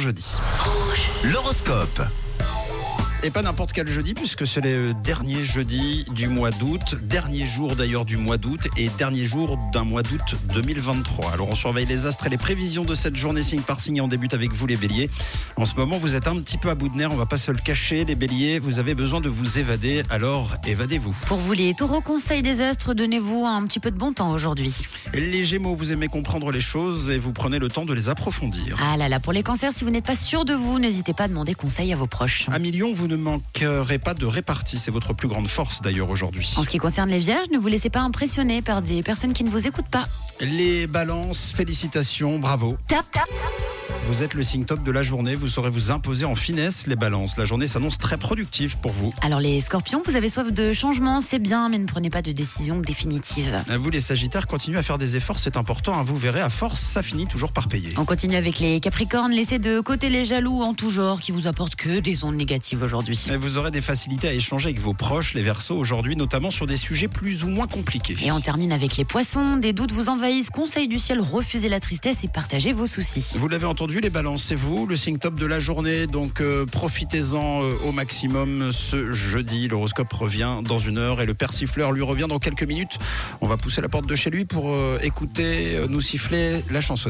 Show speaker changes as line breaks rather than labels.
jeudi. L'horoscope. Et pas n'importe quel jeudi, puisque c'est le dernier jeudi du mois d'août, dernier jour d'ailleurs du mois d'août et dernier jour d'un mois d'août 2023. Alors on surveille les astres et les prévisions de cette journée signe par signe et on débute avec vous les béliers. En ce moment, vous êtes un petit peu à bout de nerfs, on va pas se le cacher. Les béliers, vous avez besoin de vous évader, alors évadez-vous.
Pour vous les taureaux, conseil des astres, donnez-vous un petit peu de bon temps aujourd'hui.
Les gémeaux, vous aimez comprendre les choses et vous prenez le temps de les approfondir.
Ah là là, pour les cancers, si vous n'êtes pas sûr de vous, n'hésitez pas à demander conseil à vos proches.
À million, vous ne manquerez pas de répartie. C'est votre plus grande force d'ailleurs aujourd'hui.
En ce qui concerne les vierges, ne vous laissez pas impressionner par des personnes qui ne vous écoutent pas.
Les balances, félicitations, bravo.
Tap, tap.
Vous êtes le signe top de la journée. Vous saurez vous imposer en finesse les balances. La journée s'annonce très productive pour vous.
Alors les scorpions, vous avez soif de changement, c'est bien, mais ne prenez pas de décision définitive.
Vous les sagittaires, continuez à faire des efforts, c'est important. hein. Vous verrez, à force, ça finit toujours par payer.
On continue avec les capricornes, laissez de côté les jaloux en tout genre qui vous apportent que des ondes négatives aujourd'hui.
Et Vous aurez des facilités à échanger avec vos proches, les versos, aujourd'hui, notamment sur des sujets plus ou moins compliqués.
Et on termine avec les poissons, des doutes vous envahissent, conseil du ciel, refusez la tristesse et partagez vos soucis.
Vous l'avez entendu, les balances, c'est vous, le signe top de la journée. Donc euh, profitez-en euh, au maximum ce jeudi. L'horoscope revient dans une heure et le persifleur lui revient dans quelques minutes. On va pousser la porte de chez lui pour euh, écouter, euh, nous siffler la chanson.